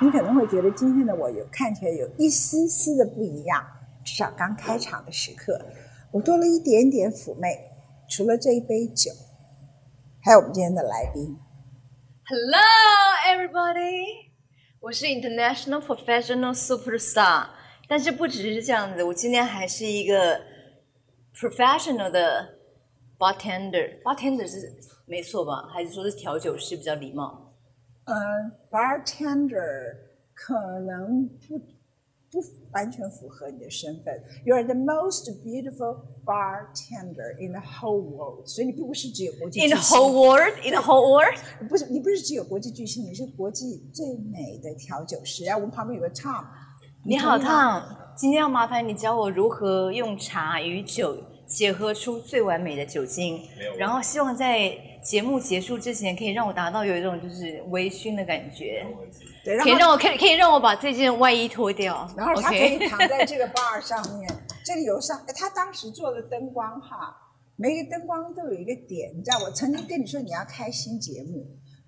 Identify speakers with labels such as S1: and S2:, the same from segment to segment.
S1: 你可能会觉得今天的我有看起来有一丝丝的不一样，至少刚开场的时刻，我多了一点点妩媚。除了这一杯酒，还有我们今天的来宾，
S2: Hello, everybody！我是 International Professional Superstar，但是不只是这样子，我今天还是一个 professional 的 bartender。bartender 是没错吧？还是说是调酒师比较礼貌？
S1: 呃，bartender 可能不不完全符合你的身份。You are the most beautiful bartender in the whole world，所以你并不是只有国际
S2: In the
S1: 巨星
S2: whole world, in the whole world，
S1: 不是你不是只有国际巨星，你是国际最美的调酒师。然后我们旁边有个 Tom，
S2: 你好
S1: 同意吗
S2: Tom，今天要麻烦你教我如何用茶与酒结合出最完美的酒精
S3: 没有，问题
S2: 然后希望在节目结束之前可以让我达到有一种就是微醺的感觉。
S1: 对，然
S2: 可以
S1: 后
S2: 让我可以可以让我把这件外衣脱掉。
S1: 然后他可以
S2: OK
S1: 躺在这个 bar 上面，这里有上，哎他当时做的灯光哈，每个灯光都有一个点，你知道，我曾经跟你说你要开新节目，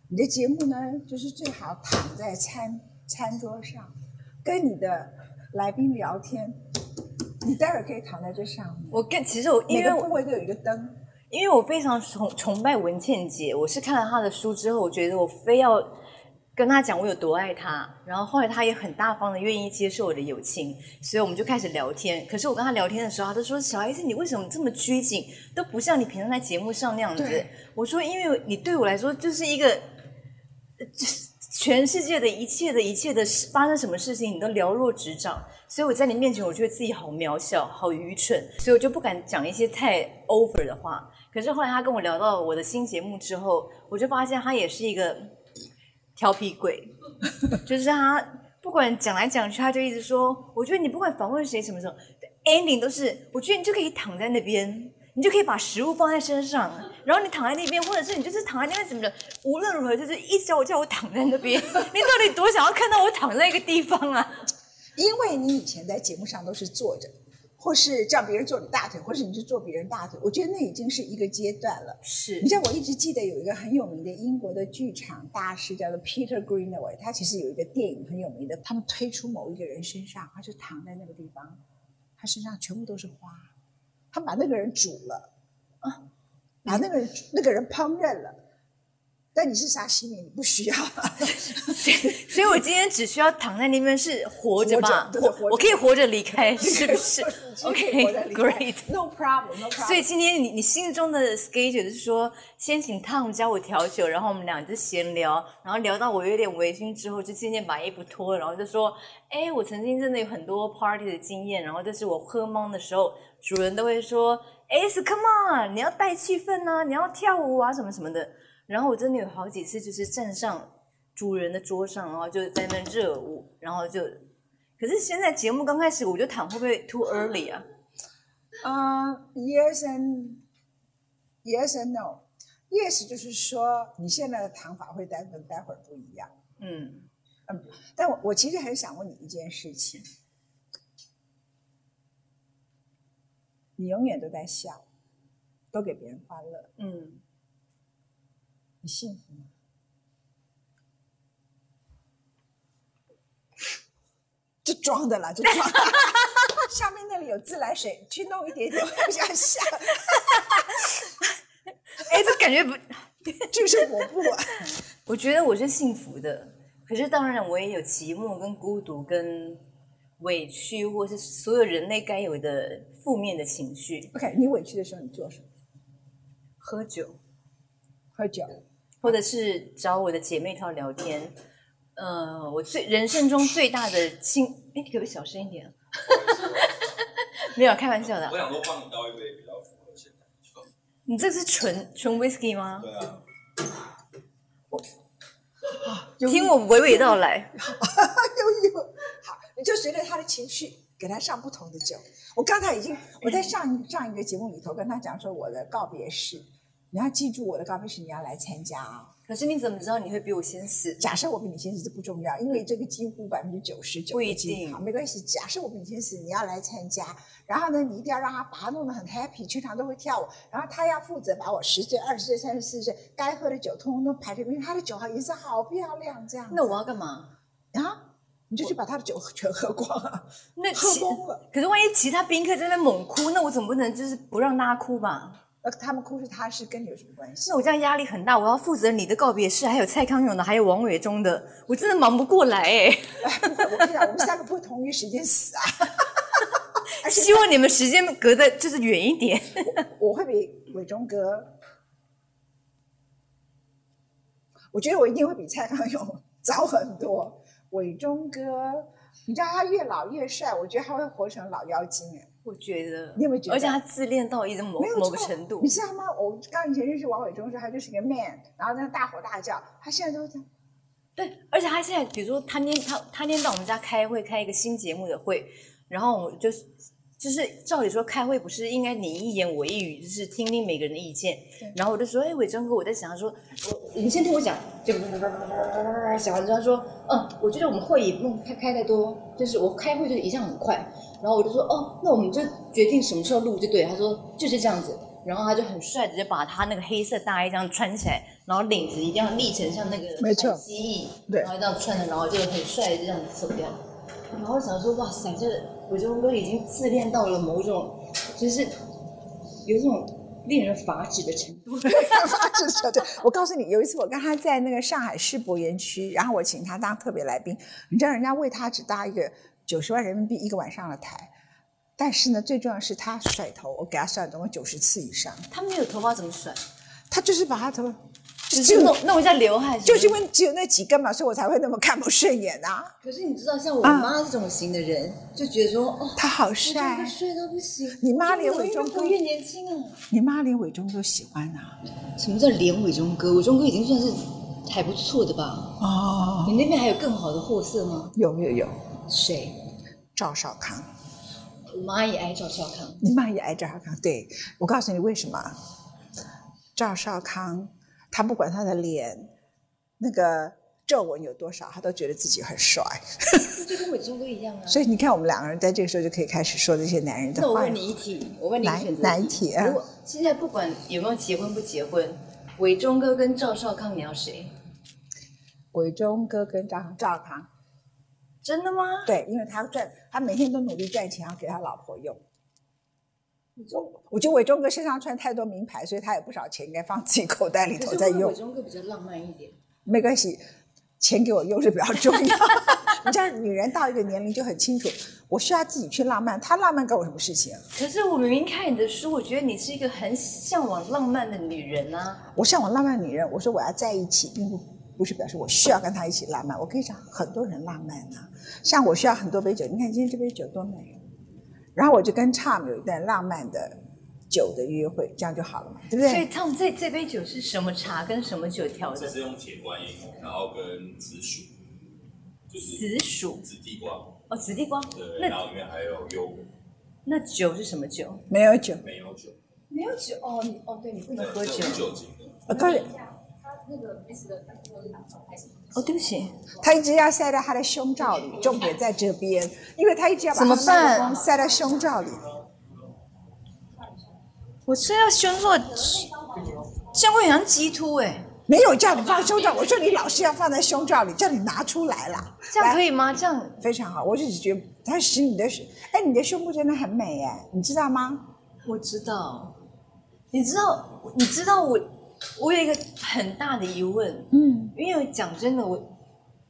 S1: 你的节目呢，就是最好躺在餐餐桌上，跟你的来宾聊天，你待会儿可以躺在这上面，
S2: 我更其实我因
S1: 每
S2: 为
S1: 个
S2: 我
S1: 部位都有一个灯。
S2: 因为我非常崇崇拜文倩姐，我是看了她的书之后，我觉得我非要跟她讲我有多爱她。然后后来她也很大方的愿意接受我的友情，所以我们就开始聊天。可是我跟她聊天的时候，她都说：“小 S，你为什么这么拘谨？都不像你平常在节目上那样子
S1: 对。”
S2: 我说：“因为你对我来说就是一个，呃就是全世界的一切的一切的事发生什么事情，你都了若指掌。”所以我在你面前，我觉得自己好渺小，好愚蠢，所以我就不敢讲一些太 over 的话。可是后来他跟我聊到我的新节目之后，我就发现他也是一个调皮鬼，就是他不管讲来讲去，他就一直说，我觉得你不管访问谁什么时候，ending 都是，我觉得你就可以躺在那边。你就可以把食物放在身上，然后你躺在那边，或者是你就是躺在那边怎么的，无论如何就是一直叫我叫我躺在那边。 你到底多想要看到我躺在一个地方啊？
S1: 因为你以前在节目上都是坐着，或是叫别人坐你大腿，或是你去坐别人大腿，我觉得那已经是一个阶段了。
S2: 是
S1: 你知道，我一直记得有一个很有名的英国的剧场大师叫做 Peter Greenaway，他其实有一个电影很有名的，他们推出某一个人身上，他就躺在那个地方，他身上全部都是花，他把那个人煮了，啊，把那个人那个人烹饪了。但你是沙西米，你不需要。啊
S2: 所以我今天只需要躺在那边是活着吧
S1: 活，着对
S2: 我
S1: 活着
S2: 我可以活着离开，是不是？OK，great。
S1: No problem，No problem。
S2: 所以今天你你心中的 schedule 就是说，先请 Tom 教我调酒，然后我们俩就闲聊，然后聊到我有点微醺之后，就渐渐把衣服脱了，然后就说，哎，我曾经真的有很多 party 的经验，然后就是我喝懵的时候，主人都会说，S come on，你要带气氛啊，你要跳舞啊，什么什么的。然后我真的有好几次就是站上主人的桌上，然后就在那热舞，然后就，可是现在节目刚开始，我就躺会不会 too early 啊？
S1: 啊、y e s and yes and no。Yes 就是说你现在的躺法会待跟待会儿不一样。
S2: 嗯。
S1: 但我我其实很想问你一件事情，你永远都在笑，都给别人欢乐，
S2: 嗯，
S1: 你幸福吗？ 这装的啦，这装的。 上面那里有自来水，去弄一点点， 我比较像。
S2: 哎，这感觉不，
S1: 这是我不啊。
S2: 我觉得我是幸福的，可是当然我也有寂寞、跟孤独、跟委屈，或是所有人类该有的负面的情绪。
S1: OK，你委屈的时候你做什么？
S2: 喝酒，
S1: 喝酒。
S2: 或者是找我的姐妹淘聊天。呃，我最人生中最大的幸，哎，你可不可以小声一点啊？ 没有，开玩笑的
S3: 我
S2: 啊。
S3: 想说帮你倒一杯比较符合现在的情况。
S2: 你这是纯纯 whisky 吗？
S3: 对啊，
S2: 听我娓娓道来。
S1: 悠悠，好，你就随着他的情绪给他上不同的酒。我刚才已经我在上一上一个节目里头跟他讲说我的告别式，你要记住我的告别式你要来参加啊。
S2: 可是你怎么知道你会比我先死？
S1: 假设我比你先死这不重要，因为这个几乎百分之九十九
S2: 不一定
S1: 好，没关系。假设我比你先死，你要来参加，然后呢，你一定要让他啊把他弄得很 happy，全场都会跳舞，然后他要负责把我十岁、二十岁、三十四岁该喝的酒通通都排着，因为他的酒好颜色好漂亮，这样子。
S2: 那我要干嘛？
S1: 啊，你就去把他的酒全喝光 了，
S2: 那
S1: 喝
S2: 其
S1: 光了。
S2: 可是万一其他宾客在那边猛哭，那我总不能就是不让大家哭吧？
S1: 那他们哭是他是跟你有什么关系
S2: 那？我这样压力很大，我要负责你的告别式，还有蔡康永的，还有王伟忠的，我真的忙不过来哎。
S1: 啊我跟你讲，我们三个不会同一时间死啊！而且
S2: 希望你们时间隔得就是远一 点。
S1: 我会比伟忠哥，我觉得我一定会比蔡康永早很多。伟忠哥，你知道他越老越帅，我觉得他会活成老妖精哎。
S2: 我觉得，
S1: 你有没有觉得
S2: 而且他自恋到一个某
S1: 没有
S2: 某
S1: 错
S2: 个程度
S1: 你，知道吗？我刚以前认识王伟忠的时候，他就是个 man，然后在那大吼大叫，他现在都这样。
S2: 对，而且他现在，比如说他那天他他那天到我们家开会，开一个新节目的会，然后我就是就是照理说开会不是应该你一言我一语，就是听听每个人的意见
S1: 对，
S2: 然后我就说，哎，伟忠哥，我在想，他说我你先听我讲，就讲完之后他说，嗯，我觉得我们会议不用开开太多，就是我开会就是一向很快，然后我就说，哦，那我们就决定什么时候录就对了，他说就是这样子。然后他就很帅，直接把他那个黑色大衣这样穿起来，然后领子一定要立成像那个
S1: 没错
S2: 蜥蜴，
S1: 对
S2: 然后这样穿着，然后就很帅就这样子走掉。然后想说，哇塞，这伟忠哥已经自恋到了某种，就是有一种令人发指的程度。
S1: 对对， 我告诉你，有一次我跟他在那个上海世博园区，然后我请他当特别来宾，你知道人家为他只搭一个九十万人民币一个晚上的台，但是呢，最重要的是他甩头，我给他甩了总共九十次以上，
S2: 他没有头发怎么甩？
S1: 他就是把他头发
S2: 只
S1: 就是
S2: 弄弄一下刘海。
S1: 就是因
S2: 为，
S1: 为只有那几根嘛，所以我才会那么看不顺眼呐、
S2: 可是你知道，像我
S1: 啊
S2: 妈这种型的人，就觉得说，哦，
S1: 他好
S2: 伟忠哥
S1: 帅，
S2: 帅到不行。
S1: 你妈
S2: 怎么
S1: 连伟忠哥
S2: 越年轻啊！
S1: 你妈连伟忠都喜欢啊呐、
S2: 什么叫连伟忠哥？伟忠哥已经算是还不错的吧？
S1: 哦，
S2: 你那边还有更好的货色吗？
S1: 有有有，
S2: 谁？
S1: 赵少康。
S2: 我妈也爱赵少康。
S1: 你妈也爱赵少康，对我告诉你为什么？赵少康他不管他的脸那个皱纹有多少，他都觉得自己很帅。
S2: 就跟伟忠哥一样啊。
S1: 所以你看，我们两个人在这个时候就可以开始说这些男人的
S2: 那我
S1: 话
S2: 问。你一题，我问你一个
S1: 哪
S2: 选择
S1: 哪一题啊
S2: 如果现在不管有没有结婚不结婚，伟忠哥跟赵少康，你要谁？
S1: 伟忠哥跟赵赵少康，
S2: 真的吗？
S1: 对，因为他赚，他每天都努力赚钱，要给他老婆用。我我觉得伟忠哥身上穿太多名牌，所以他有不少钱应该放自己口袋里
S2: 可
S1: 头
S2: 是
S1: 再
S2: 会不会
S1: 用
S2: 伟。忠哥比较浪漫一点。
S1: 没关系，钱给我用是比较重要。 你知道，女人到一个年龄就很清楚，我需要自己去浪漫，他浪漫干我什么事情？
S2: 可是我明明看你的书，我觉得你是一个很向往浪漫的女人啊。
S1: 我向往浪漫的女人，我说我要在一起，并不不是表示我需要跟他一起浪漫，我可以找很多人浪漫啊。像我需要很多杯酒，你看今天这杯酒多美。啊然后我就跟 Charm 有一段浪漫的酒的约会，这样就好了嘛，对不
S2: 所
S1: 对？
S2: 以他们这这杯酒是什么茶跟什么酒调
S3: 这
S2: 的？
S3: 是用铁观音，然后跟紫薯，就是
S2: 紫薯
S3: 紫地瓜，
S2: 哦，紫地瓜。
S3: 对，然
S2: 那
S3: 后里面还有柚果，
S2: 那酒是什么酒？
S1: 没有酒，
S3: 没有酒，
S2: 没有酒哦，你哦，对你不
S3: 对
S2: 能喝
S3: 这
S2: 酒
S3: 是无酒精的，
S1: 我告诉你，
S2: 哦，对不起。
S1: 他一直要塞到他的胸罩里，重点在这边，因为他一直要把
S2: 怎么
S1: 他的麦克
S2: 办
S1: 风塞到胸罩里。
S2: 我是要胸做，这样会很像鸡突哎、
S1: 没有叫你放胸罩，我说你老是要放在胸罩里，叫你拿出来啦。
S2: 这样可
S1: 以
S2: 以吗？这样
S1: 非常好，我只是觉得它使你的，哎，你的胸部真的很美哎，你知道吗？
S2: 我知道，你知道，你知道我，我有一个很大的疑问，
S1: 嗯，
S2: 因为讲真的，我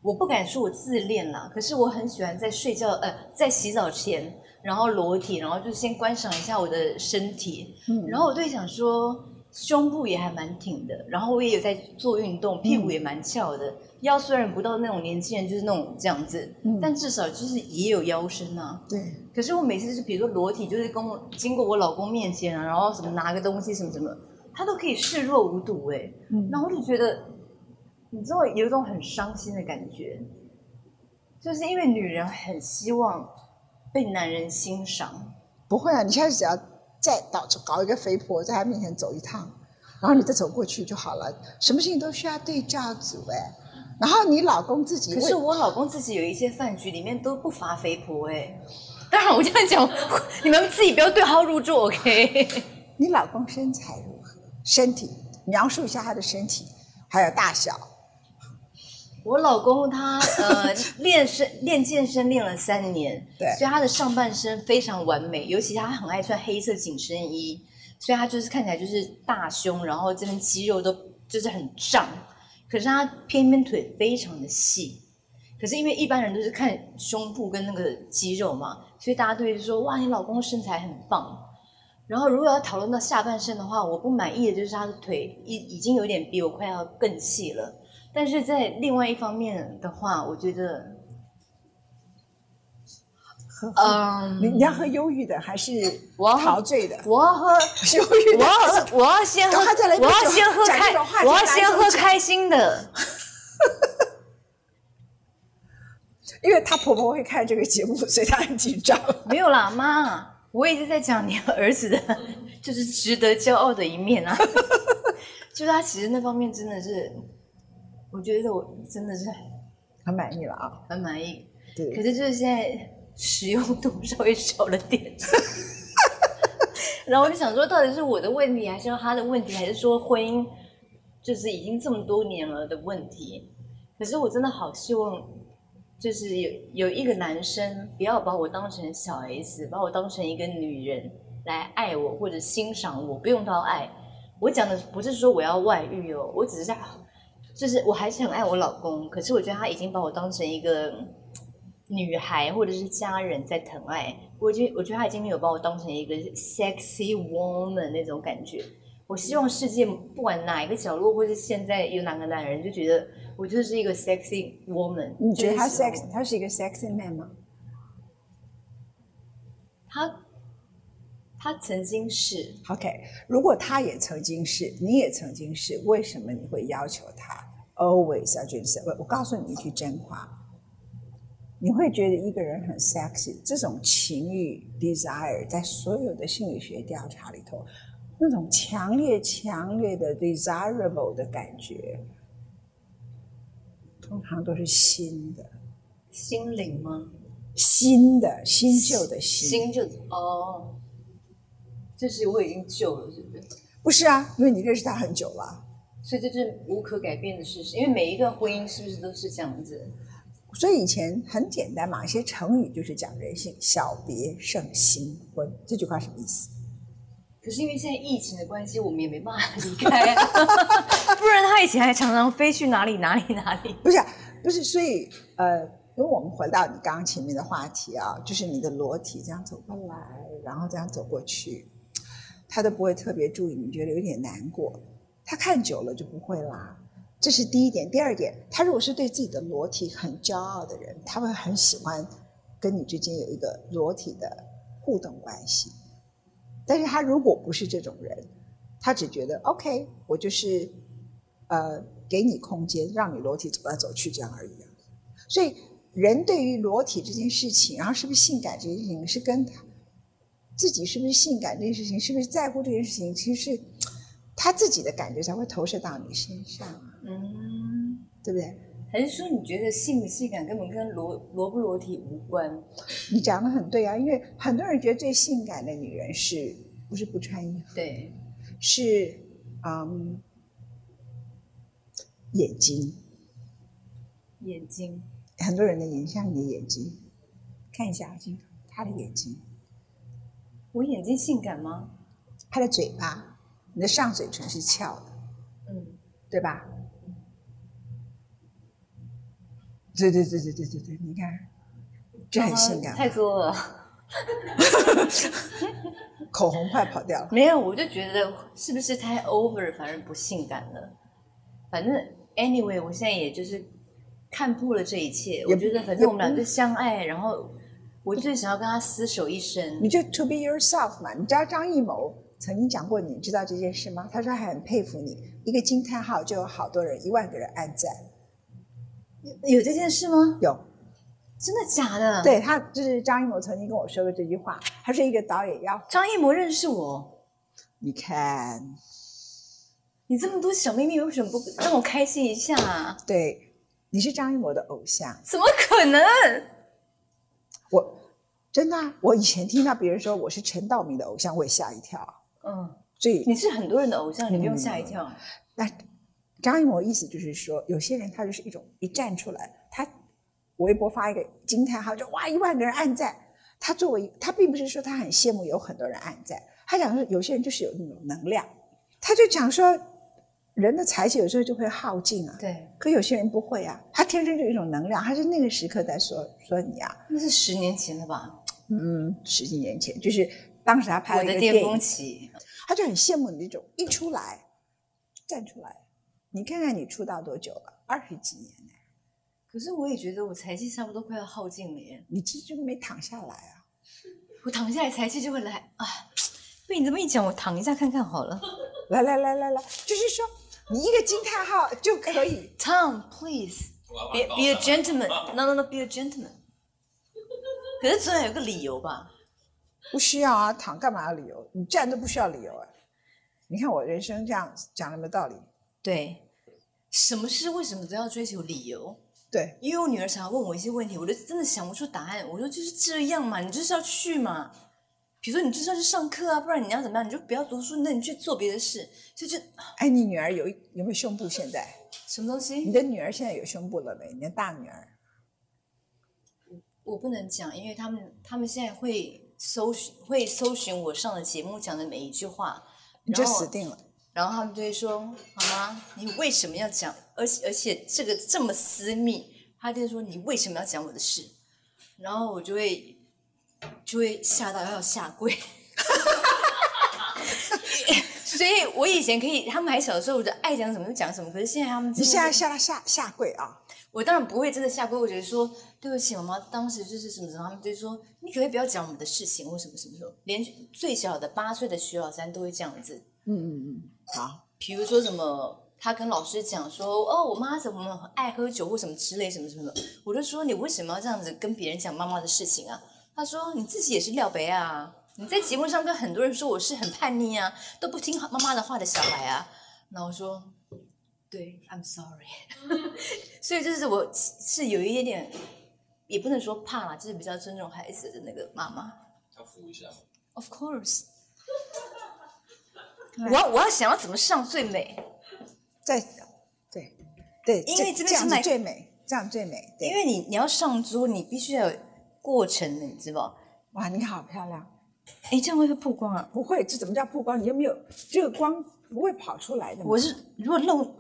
S2: 我不敢说我自恋啦，可是我很喜欢在睡觉，呃，在洗澡前，然后裸体，然后就先观赏一下我的身体，
S1: 嗯
S2: 然后我对想说。胸部也还蛮挺的，然后我也有在做运动，屁
S1: 嗯
S2: 股也蛮翘的，腰虽然不到那种年轻人就是那种这样子，
S1: 嗯
S2: 但至少就是也有腰身啊。
S1: 对，
S2: 可是我每次就比如说裸体，就是跟我经过我老公面前啊，然后什么拿个东西什么什么，他都可以视若无睹哎、
S1: 嗯
S2: 然后我就觉得，你知道有一种很伤心的感觉，就是因为女人很希望被男人欣赏，
S1: 不会啊，你下次只要再搞搞一个肥婆在他面前走一趟，然后你再走过去就好了，什么事情都需要对照组哎。然后你老公自己
S2: 可
S1: 会，
S2: 是我老公自己有一些饭局里面都不乏肥婆哎、当然我这样讲， 你们自己不要对号入座 OK。
S1: 你老公身材如何？身体描述一下他的身体，还有大小。
S2: 我老公他呃练身练健身练了三年，
S1: 对
S2: 所以他的上半身非常完美，尤其他很爱穿黑色紧身衣，所以他就是看起来就是大胸，然后这边肌肉都就是很胀，可是他偏偏腿非常的细，可是因为一般人都是看胸部跟那个肌肉嘛，所以大家都会说哇，你老公身材很棒。然后如果要讨论到下半身的话，我不满意的就是他的腿已已经有点比我快要更细了。但是在另外一方面的话，我 觉得，
S1: 喝喝你
S2: 嗯，
S1: 你要喝忧郁的还是
S2: 我要喝
S1: 陶醉的？
S2: 我要喝，
S1: 忧郁
S2: 我
S1: 的
S2: 要喝，我要先喝，
S1: 等会再来一杯
S2: 我要
S1: 酒
S2: 先喝
S1: 讲这
S2: 开
S1: 种话，题
S2: 我要
S1: 哪
S2: 先
S1: 一种
S2: 喝
S1: 酒
S2: 开心的。
S1: 因为她婆婆会看这个节目， 所以她很紧张。
S2: 没有啦，妈，我一直在讲你儿子的， 就是值得骄傲的一面啊。 就是他其实那方面真的是，我觉得我真的是
S1: 很满意了啊，
S2: 很满意。可
S1: 对，
S2: 是就是现在使用度稍微少了点， 然后我就想说，到底是我的问题，还是他的问题，还是说婚姻就是已经这么多年了的问题？可是我真的好希望，就是有有一个男生不要把我当成小 S，把我当成一个女人来爱我或者欣赏我，不用到爱。我讲的不是说我要外遇哦，我只是在，就是我还是很爱我老公，可是我觉得他已经把我当成一个女孩或者是家人在疼爱，我觉我觉得他已经没有把我当成一个 sexy woman 那种感觉。我希望世界不管哪一个角落，或是现在有哪个男人，就觉得我就是一个 sexy woman。
S1: 你觉得她
S2: 就是
S1: sex，她是一个 sexy man 吗？
S2: 他他曾经是
S1: OK，如果他也曾经是，你也曾经是，为什么你会要求他 always 要觉得 sexy？我告诉你一句真话，你会觉得一个人很 sexy，这种情欲 desire 在所有的心理学调查里头，那种强烈强烈的 desirable 的感觉，通常都是新的、
S2: 心灵吗？
S1: 新的、新旧的
S2: 心就哦，就是我已经旧了，是不是？
S1: 不是啊，因为你认识他很久了。
S2: 所以这是无可改变的事实，因为每一段婚姻是不是都是这样子？
S1: 所以以前很简单嘛，一些成语就是讲人性，小别胜新婚。这句话什么意思？
S2: 可是因为现在疫情的关系，我们也没办法离开、 啊，不然他以前还常常飞去哪里哪里哪里。
S1: 不是，不是，所以呃，因为我们回到你刚刚前面的话题啊，就是你的裸体这样走过来，然后这样走过去，他都不会特别注意，你觉得有点难过，他看久了就不会啦。这是第一点，第二点，他如果是对自己的裸体很骄傲的人，他会很喜欢跟你之间有一个裸体的互动关系。但是他如果不是这种人，他只觉得 OK，我就是呃给你空间，让你裸体走来走去这样而已、啊。所以人对于裸体这件事情，然后是不是性感这件事情，是跟他自己是不是性感这件事情，是不是在乎这件事情，其实是他自己的感觉才会投射到你身上啊，
S2: 嗯，
S1: 对不对？
S2: 还是说你觉得性不性感根本跟裸裸不裸体无关？
S1: 你讲的很对啊，因为很多人觉得最性感的女人是不是不穿衣服？
S2: 对，
S1: 是嗯眼睛，
S2: 眼睛
S1: 很多人的眼像你的眼睛，看一下镜头，他的眼睛，
S2: 我眼睛性感吗？
S1: 他的嘴巴，你的上嘴唇是翘的，
S2: 嗯，
S1: 对吧？对对对对对对对，你看，这很性
S2: 啊
S1: 感，
S2: 太多了。
S1: 口红快跑掉了。
S2: 没有，我就觉得是不是太 over，反而不性感了。反正 anyway，我现在也就是看破了这一切。我觉得反正我们俩就相爱，然后我最想要跟他厮守一生
S1: 你。就 to be yourself 嘛。你知道张艺谋曾经讲过，你知道这件事吗？他说他很佩服你，一个惊叹号就有好多人，一万个人按赞。
S2: 有这件事吗？
S1: 有，
S2: 真的假的？，
S1: 对他就是张艺谋曾经跟我说过这句话，他说一个导演要
S2: 张艺谋认识我。
S1: 你看，
S2: 你这么多小秘密，为什么不让我开心一下啊？
S1: 对，你是张艺谋的偶像，
S2: 怎么可能？
S1: 我真的啊、我以前听到别人说我是陈道明的偶像，我也吓一跳。
S2: 嗯，
S1: 所以嗯
S2: 你是很多人的偶像，你不用吓一跳。
S1: 那张艺谋意思就是说，有些人他就是一种一站出来，他微博发一个惊叹号，就哇一万个人按赞。他作为他并不是说他很羡慕有很多人按赞，他讲说有些人就是有那种能量，他就讲说人的才气有时候就会耗尽啊。
S2: 对，
S1: 可有些人不会啊，他天生就有一种能量，他是那个时刻在说说你啊，
S2: 那是十年前了吧？
S1: 嗯，十几年前就是当时他拍了
S2: 我
S1: 一
S2: 的
S1: 个
S2: 巅
S1: 电
S2: 峰
S1: 影，
S2: 期，
S1: 他就很羡慕你这种一出来站出来，你看看你出道多久了，二十几年了，
S2: 可是我也觉得我才气差不多快要耗尽了耶，
S1: 你这就没躺下来啊。
S2: 我躺下来才气就会来啊。被你这么一讲，我躺一下看看好了。
S1: 来来来来来，就是说你一个惊叹号就可以，
S2: Tom, please,
S3: 我要
S2: be
S3: 把刀
S2: be a
S3: 上
S2: gentleman. No, no, no, be a gentleman. 可是总要有个理由吧？
S1: 不需要啊，躺干嘛要理由？你站都不需要理由啊。你看我人生这样讲有没有道理？
S2: 对，什么事为什么都要追求理由？
S1: 对，
S2: 因为我女儿常常问我一些问题，我就真的想不出答案。我说就是这样嘛，你就是要去嘛。比如说你就是要去上课啊，不然你要怎么样？你就不要读书，那你去做别的事。就这
S1: 哎，你女儿有一有没有胸部？现在
S2: 什么东
S1: 你
S2: 西，
S1: 的女儿现在有胸部了没？你的大女儿。
S2: 我不能讲，因为他们他们现在会搜寻会搜寻我上的节目讲的每一句话，
S1: 你就
S2: 然后
S1: 死定了。
S2: 然后他们就会说：“妈妈，你为什么要讲？而且而且这个这么私密。”他就说：“你为什么要讲我的事？”然后我就会就会吓到要下跪。 所以，我以前可以，他们还小的时候，我就爱讲什么就讲什么。可是现在他们真
S1: 你
S2: 的是，
S1: 现在下下下跪啊！
S2: 我当然不会真的下跪，我只是说对不起，妈妈，当时就是什么什么，他们就说你可不可以不要讲我们的事情，或什么什么什么，连最小的八岁的徐小三都会这样子。
S1: 嗯嗯嗯，好，
S2: 比如说什么，他跟老师讲说，哦，我妈怎么很爱喝酒或什么之类什么什么，我就说你为什么要这样子跟别人讲妈妈的事情啊？他说你自己也是廖北啊，你在节目上跟很多人说我是很叛逆啊，都不听妈妈的话的小孩啊。然后我说，对，I'm sorry。所 以就是我是有一点点，也不能说怕啦，就是比较尊重孩子的那个妈妈。
S3: 他扶一下，
S2: Of course，我要我要想要怎么上最美。
S1: 再对对，
S2: 因为
S1: 这
S2: 这边
S1: 这样
S2: 是
S1: 子
S2: 买
S1: 最美，这样最美。对
S2: 因为你你要上桌，你必须要有过程的，你知道？
S1: 哇，你好漂亮！
S2: 哎，这样会不会曝光啊？
S1: 不会，这怎么叫曝光？你又没有这个光不会跑出来的嘛。
S2: 我是如果露，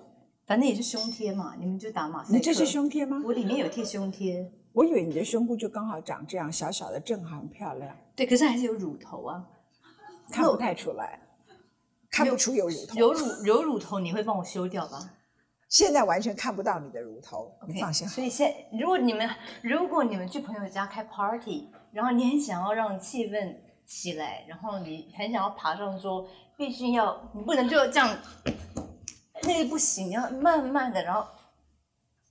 S2: 反正也是胸贴嘛，你们就打马赛克。
S1: 你这是，胸贴吗？
S2: 我里面有贴胸贴，
S1: 我以为你的胸部就刚好长这样，小小的，正好很漂亮，
S2: 对，可是还是有乳头啊，
S1: 看不太出来，看不出有乳头。
S2: 有乳有乳头，你会帮我修掉吧
S1: 现在完全看不到你的乳头，
S2: ？OK，
S1: 你放心好。
S2: 所以现在如果你们如果你们去朋友家开 party，然后你很想要让气氛起来，然后你很想要爬上桌，必须要你不能就这样，那个不行，你要慢慢的，然后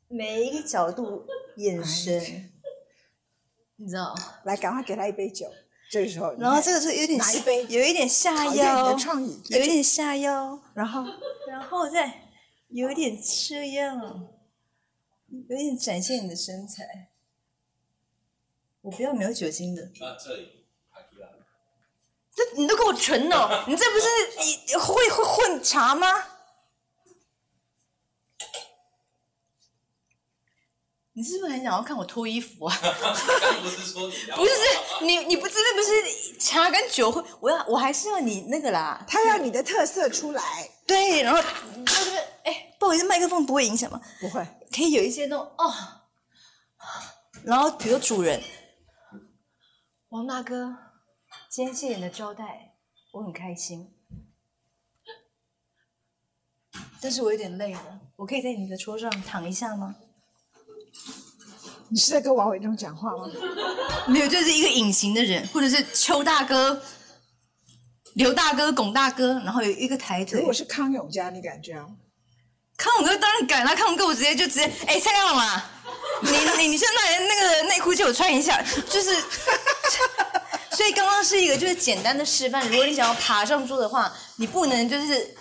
S2: 每一个角度、
S1: 哎
S2: 眼神，你知道？
S1: 来，赶快给他一杯酒。这个时候你看，
S2: 然后哎这个时候有点
S1: 拿一杯
S2: 有一点下
S1: 考验你
S2: 腰
S1: 的，创意，
S2: 有一点下腰，
S1: 然后
S2: 然后再有一点这样，有点展现你的身材。我不要没有酒精的，
S3: 那这里卡基拉，
S2: 这你都给我纯哦！你这不是你会会混茶吗？你是不是很想要看我脱衣服啊？
S3: 刚不是说你 要
S2: 不是，你你不真的不是茶跟酒会，我要我还是要你那个啦。
S1: 他要你的特色出来，
S2: 对，然后他这个哎，不好意思，麦克风不会影响吗？
S1: 不会。
S2: 可以有一些那种哦，然后比如主人王大哥，今天谢谢你的招待，我很开心，但是我有点累了，我可以在你的桌上躺一下吗？
S1: 你是在跟王伟忠讲话吗？
S2: 没有，就是一个隐形的人，或者是邱大哥、刘大哥、龚大哥，然后有一个抬腿
S1: 如。果是康永家，你啊敢这样？
S2: 康永哥当然敢啦，啊康永哥我直接就直接，哎、蔡亮嘛，你你你现在那个内裤借我穿一下，就是，所以刚刚是一个就是简单的示范，如果你想要爬上桌的话，你不能就是，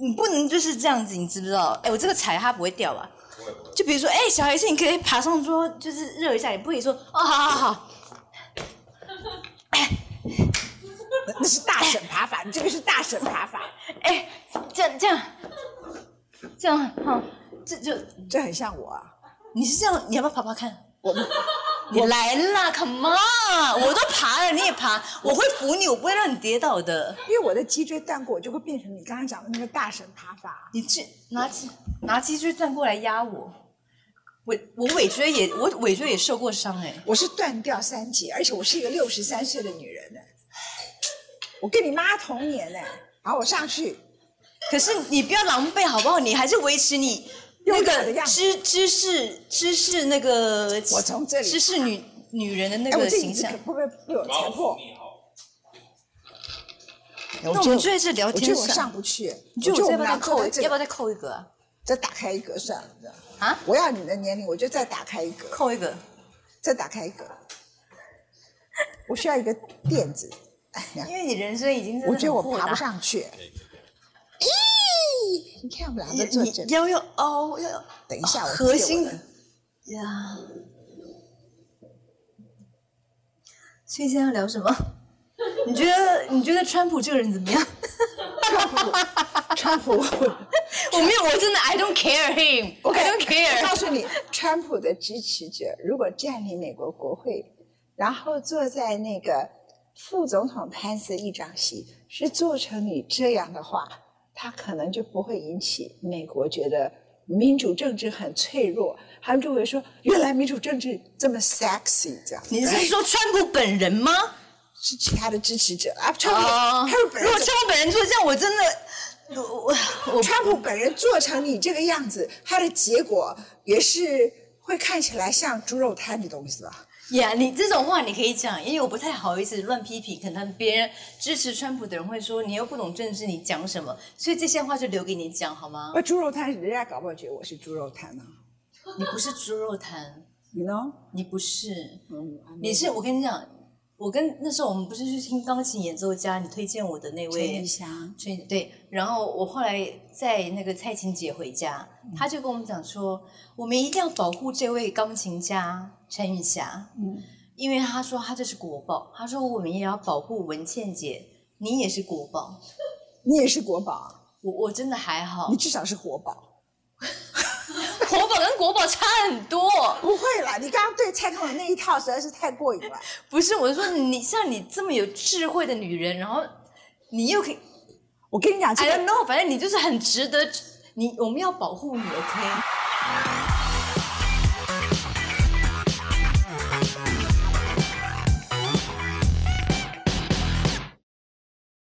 S2: 你不能就是这样子，你知不知道？哎、我这个踩它不会掉吧？
S3: 不会不会，
S2: 就比如说，哎、小孩子你可以爬上桌，就是热一下，你不可以说，哦，好好好，
S1: 那那是大审爬法，你这个是大审爬法。
S2: 哎、这样这样，这样，哈、这就
S1: 这很像我啊。
S2: 你是这样，你要不要爬爬看？
S1: 我们
S2: 你来啦，Come on！我都爬了，你也爬，我会扶你，我不会让你跌倒的。
S1: 因为我的脊椎断过，我就会变成你刚刚讲的那个大神爬法。
S2: 你去拿起拿脊椎转过来压我，尾我尾椎也我尾椎也受过伤哎、
S1: 我是断掉三节，而且我是一个六十三岁的女人呢、我跟你妈同年呢、然后我上去，
S2: 可是你不要狼狈好不好？你还是维持你
S1: 用
S2: 那
S1: 我的
S2: 个
S1: 样子
S2: 知知识知识那个
S1: 我从这里
S2: 知识女女人的那
S1: 哎，我
S2: 个
S1: 这
S2: 形
S1: 椅子
S2: 象哦
S1: 可。会不会被我
S3: 把
S1: 踩
S3: 我
S1: 破
S3: 扶？你好，
S1: 哎我
S2: 那我们就在这聊
S1: 我觉
S2: 天
S1: 得我
S2: 上
S1: 上，不去，
S2: 你觉得
S1: 我
S2: 我
S1: 觉
S2: 这
S1: 得
S2: 要不
S1: 我们俩坐
S2: 要再扣
S1: 在
S2: 一？
S1: 这
S2: 要不要
S1: 里，
S2: 再扣一个啊？
S1: 再打开一格算了这样
S2: 啊
S1: 我要你的年龄，我就再打开一格，
S2: 扣一个。
S1: 再打开一格。我需要一个垫 子，哎呀，
S2: 因为你人生已经真
S1: 我
S2: 的
S1: 觉得我
S2: 很豁
S1: 爬不
S2: 达
S1: 上去。
S3: 可以可以可以
S1: 咦，你看我们俩在
S2: 你
S1: 坐
S2: 你
S1: 这里，
S2: 腰要凹，要哦
S1: 等一下我
S2: 核
S1: 借我
S2: 心
S1: 的
S2: 呀。所以现在要聊什么？你觉得你觉得川普这个人怎么样？
S1: 川普，
S2: 我没有，我真的 I don't care him，
S1: 我
S2: I
S1: 跟
S2: don't
S1: 我
S2: care。
S1: 告诉你，川普的支持者如果占领美国国会，然后坐在那个副总统潘斯议长席，是做成你这样的话，他可能就不会引起美国觉得民主政治很脆弱，他们就会说，原来民主政治这么 sexy 这样。
S2: 你是说川普本人吗？
S1: 是其他的支持者啊，川普，
S2: 哦，
S1: 川普本人
S2: 如果
S1: 就
S2: 川普本人做这样，我真的，我我我
S1: 川普本人做成你这个样子，他的结果也是会看起来像猪肉摊，你懂意思吧？
S2: 呀你这种话你可以讲，因为我不太好意思乱批评，可能别人支持川普的人会说你又不懂政治，你讲什么？所以这些话就留给你讲好吗？
S1: 那猪肉摊人家搞不好觉得我是猪肉摊呢、
S2: 你不是猪肉摊，
S1: 你呢？
S2: 你不是，
S1: 嗯，
S2: 你是我跟你讲，我跟那时候我们不是去听钢琴演奏家，你推荐我的那
S1: 陈
S2: 位
S1: 怡翔，
S2: 所以对，然后我后来在那个蔡琴姐回家，她就跟我们讲说，我们一定要保护这位钢琴家陈雨霞，
S1: 嗯，
S2: 因为她说她这是国宝，她说我们也要保护文倩姐，你也是国宝，
S1: 你也是国宝，
S2: 我我真的还 好
S1: 你，至少是国宝。
S2: 国宝跟国宝差很多，
S1: 不会啦，你刚刚对蔡康永那一套实在是太过瘾了。
S2: 不是，我是说你像你这么有智慧的女人，然后你又可以
S1: 我跟你讲，这个
S2: ，I don't know，反正你就是很值得，你我们要保护你，OK。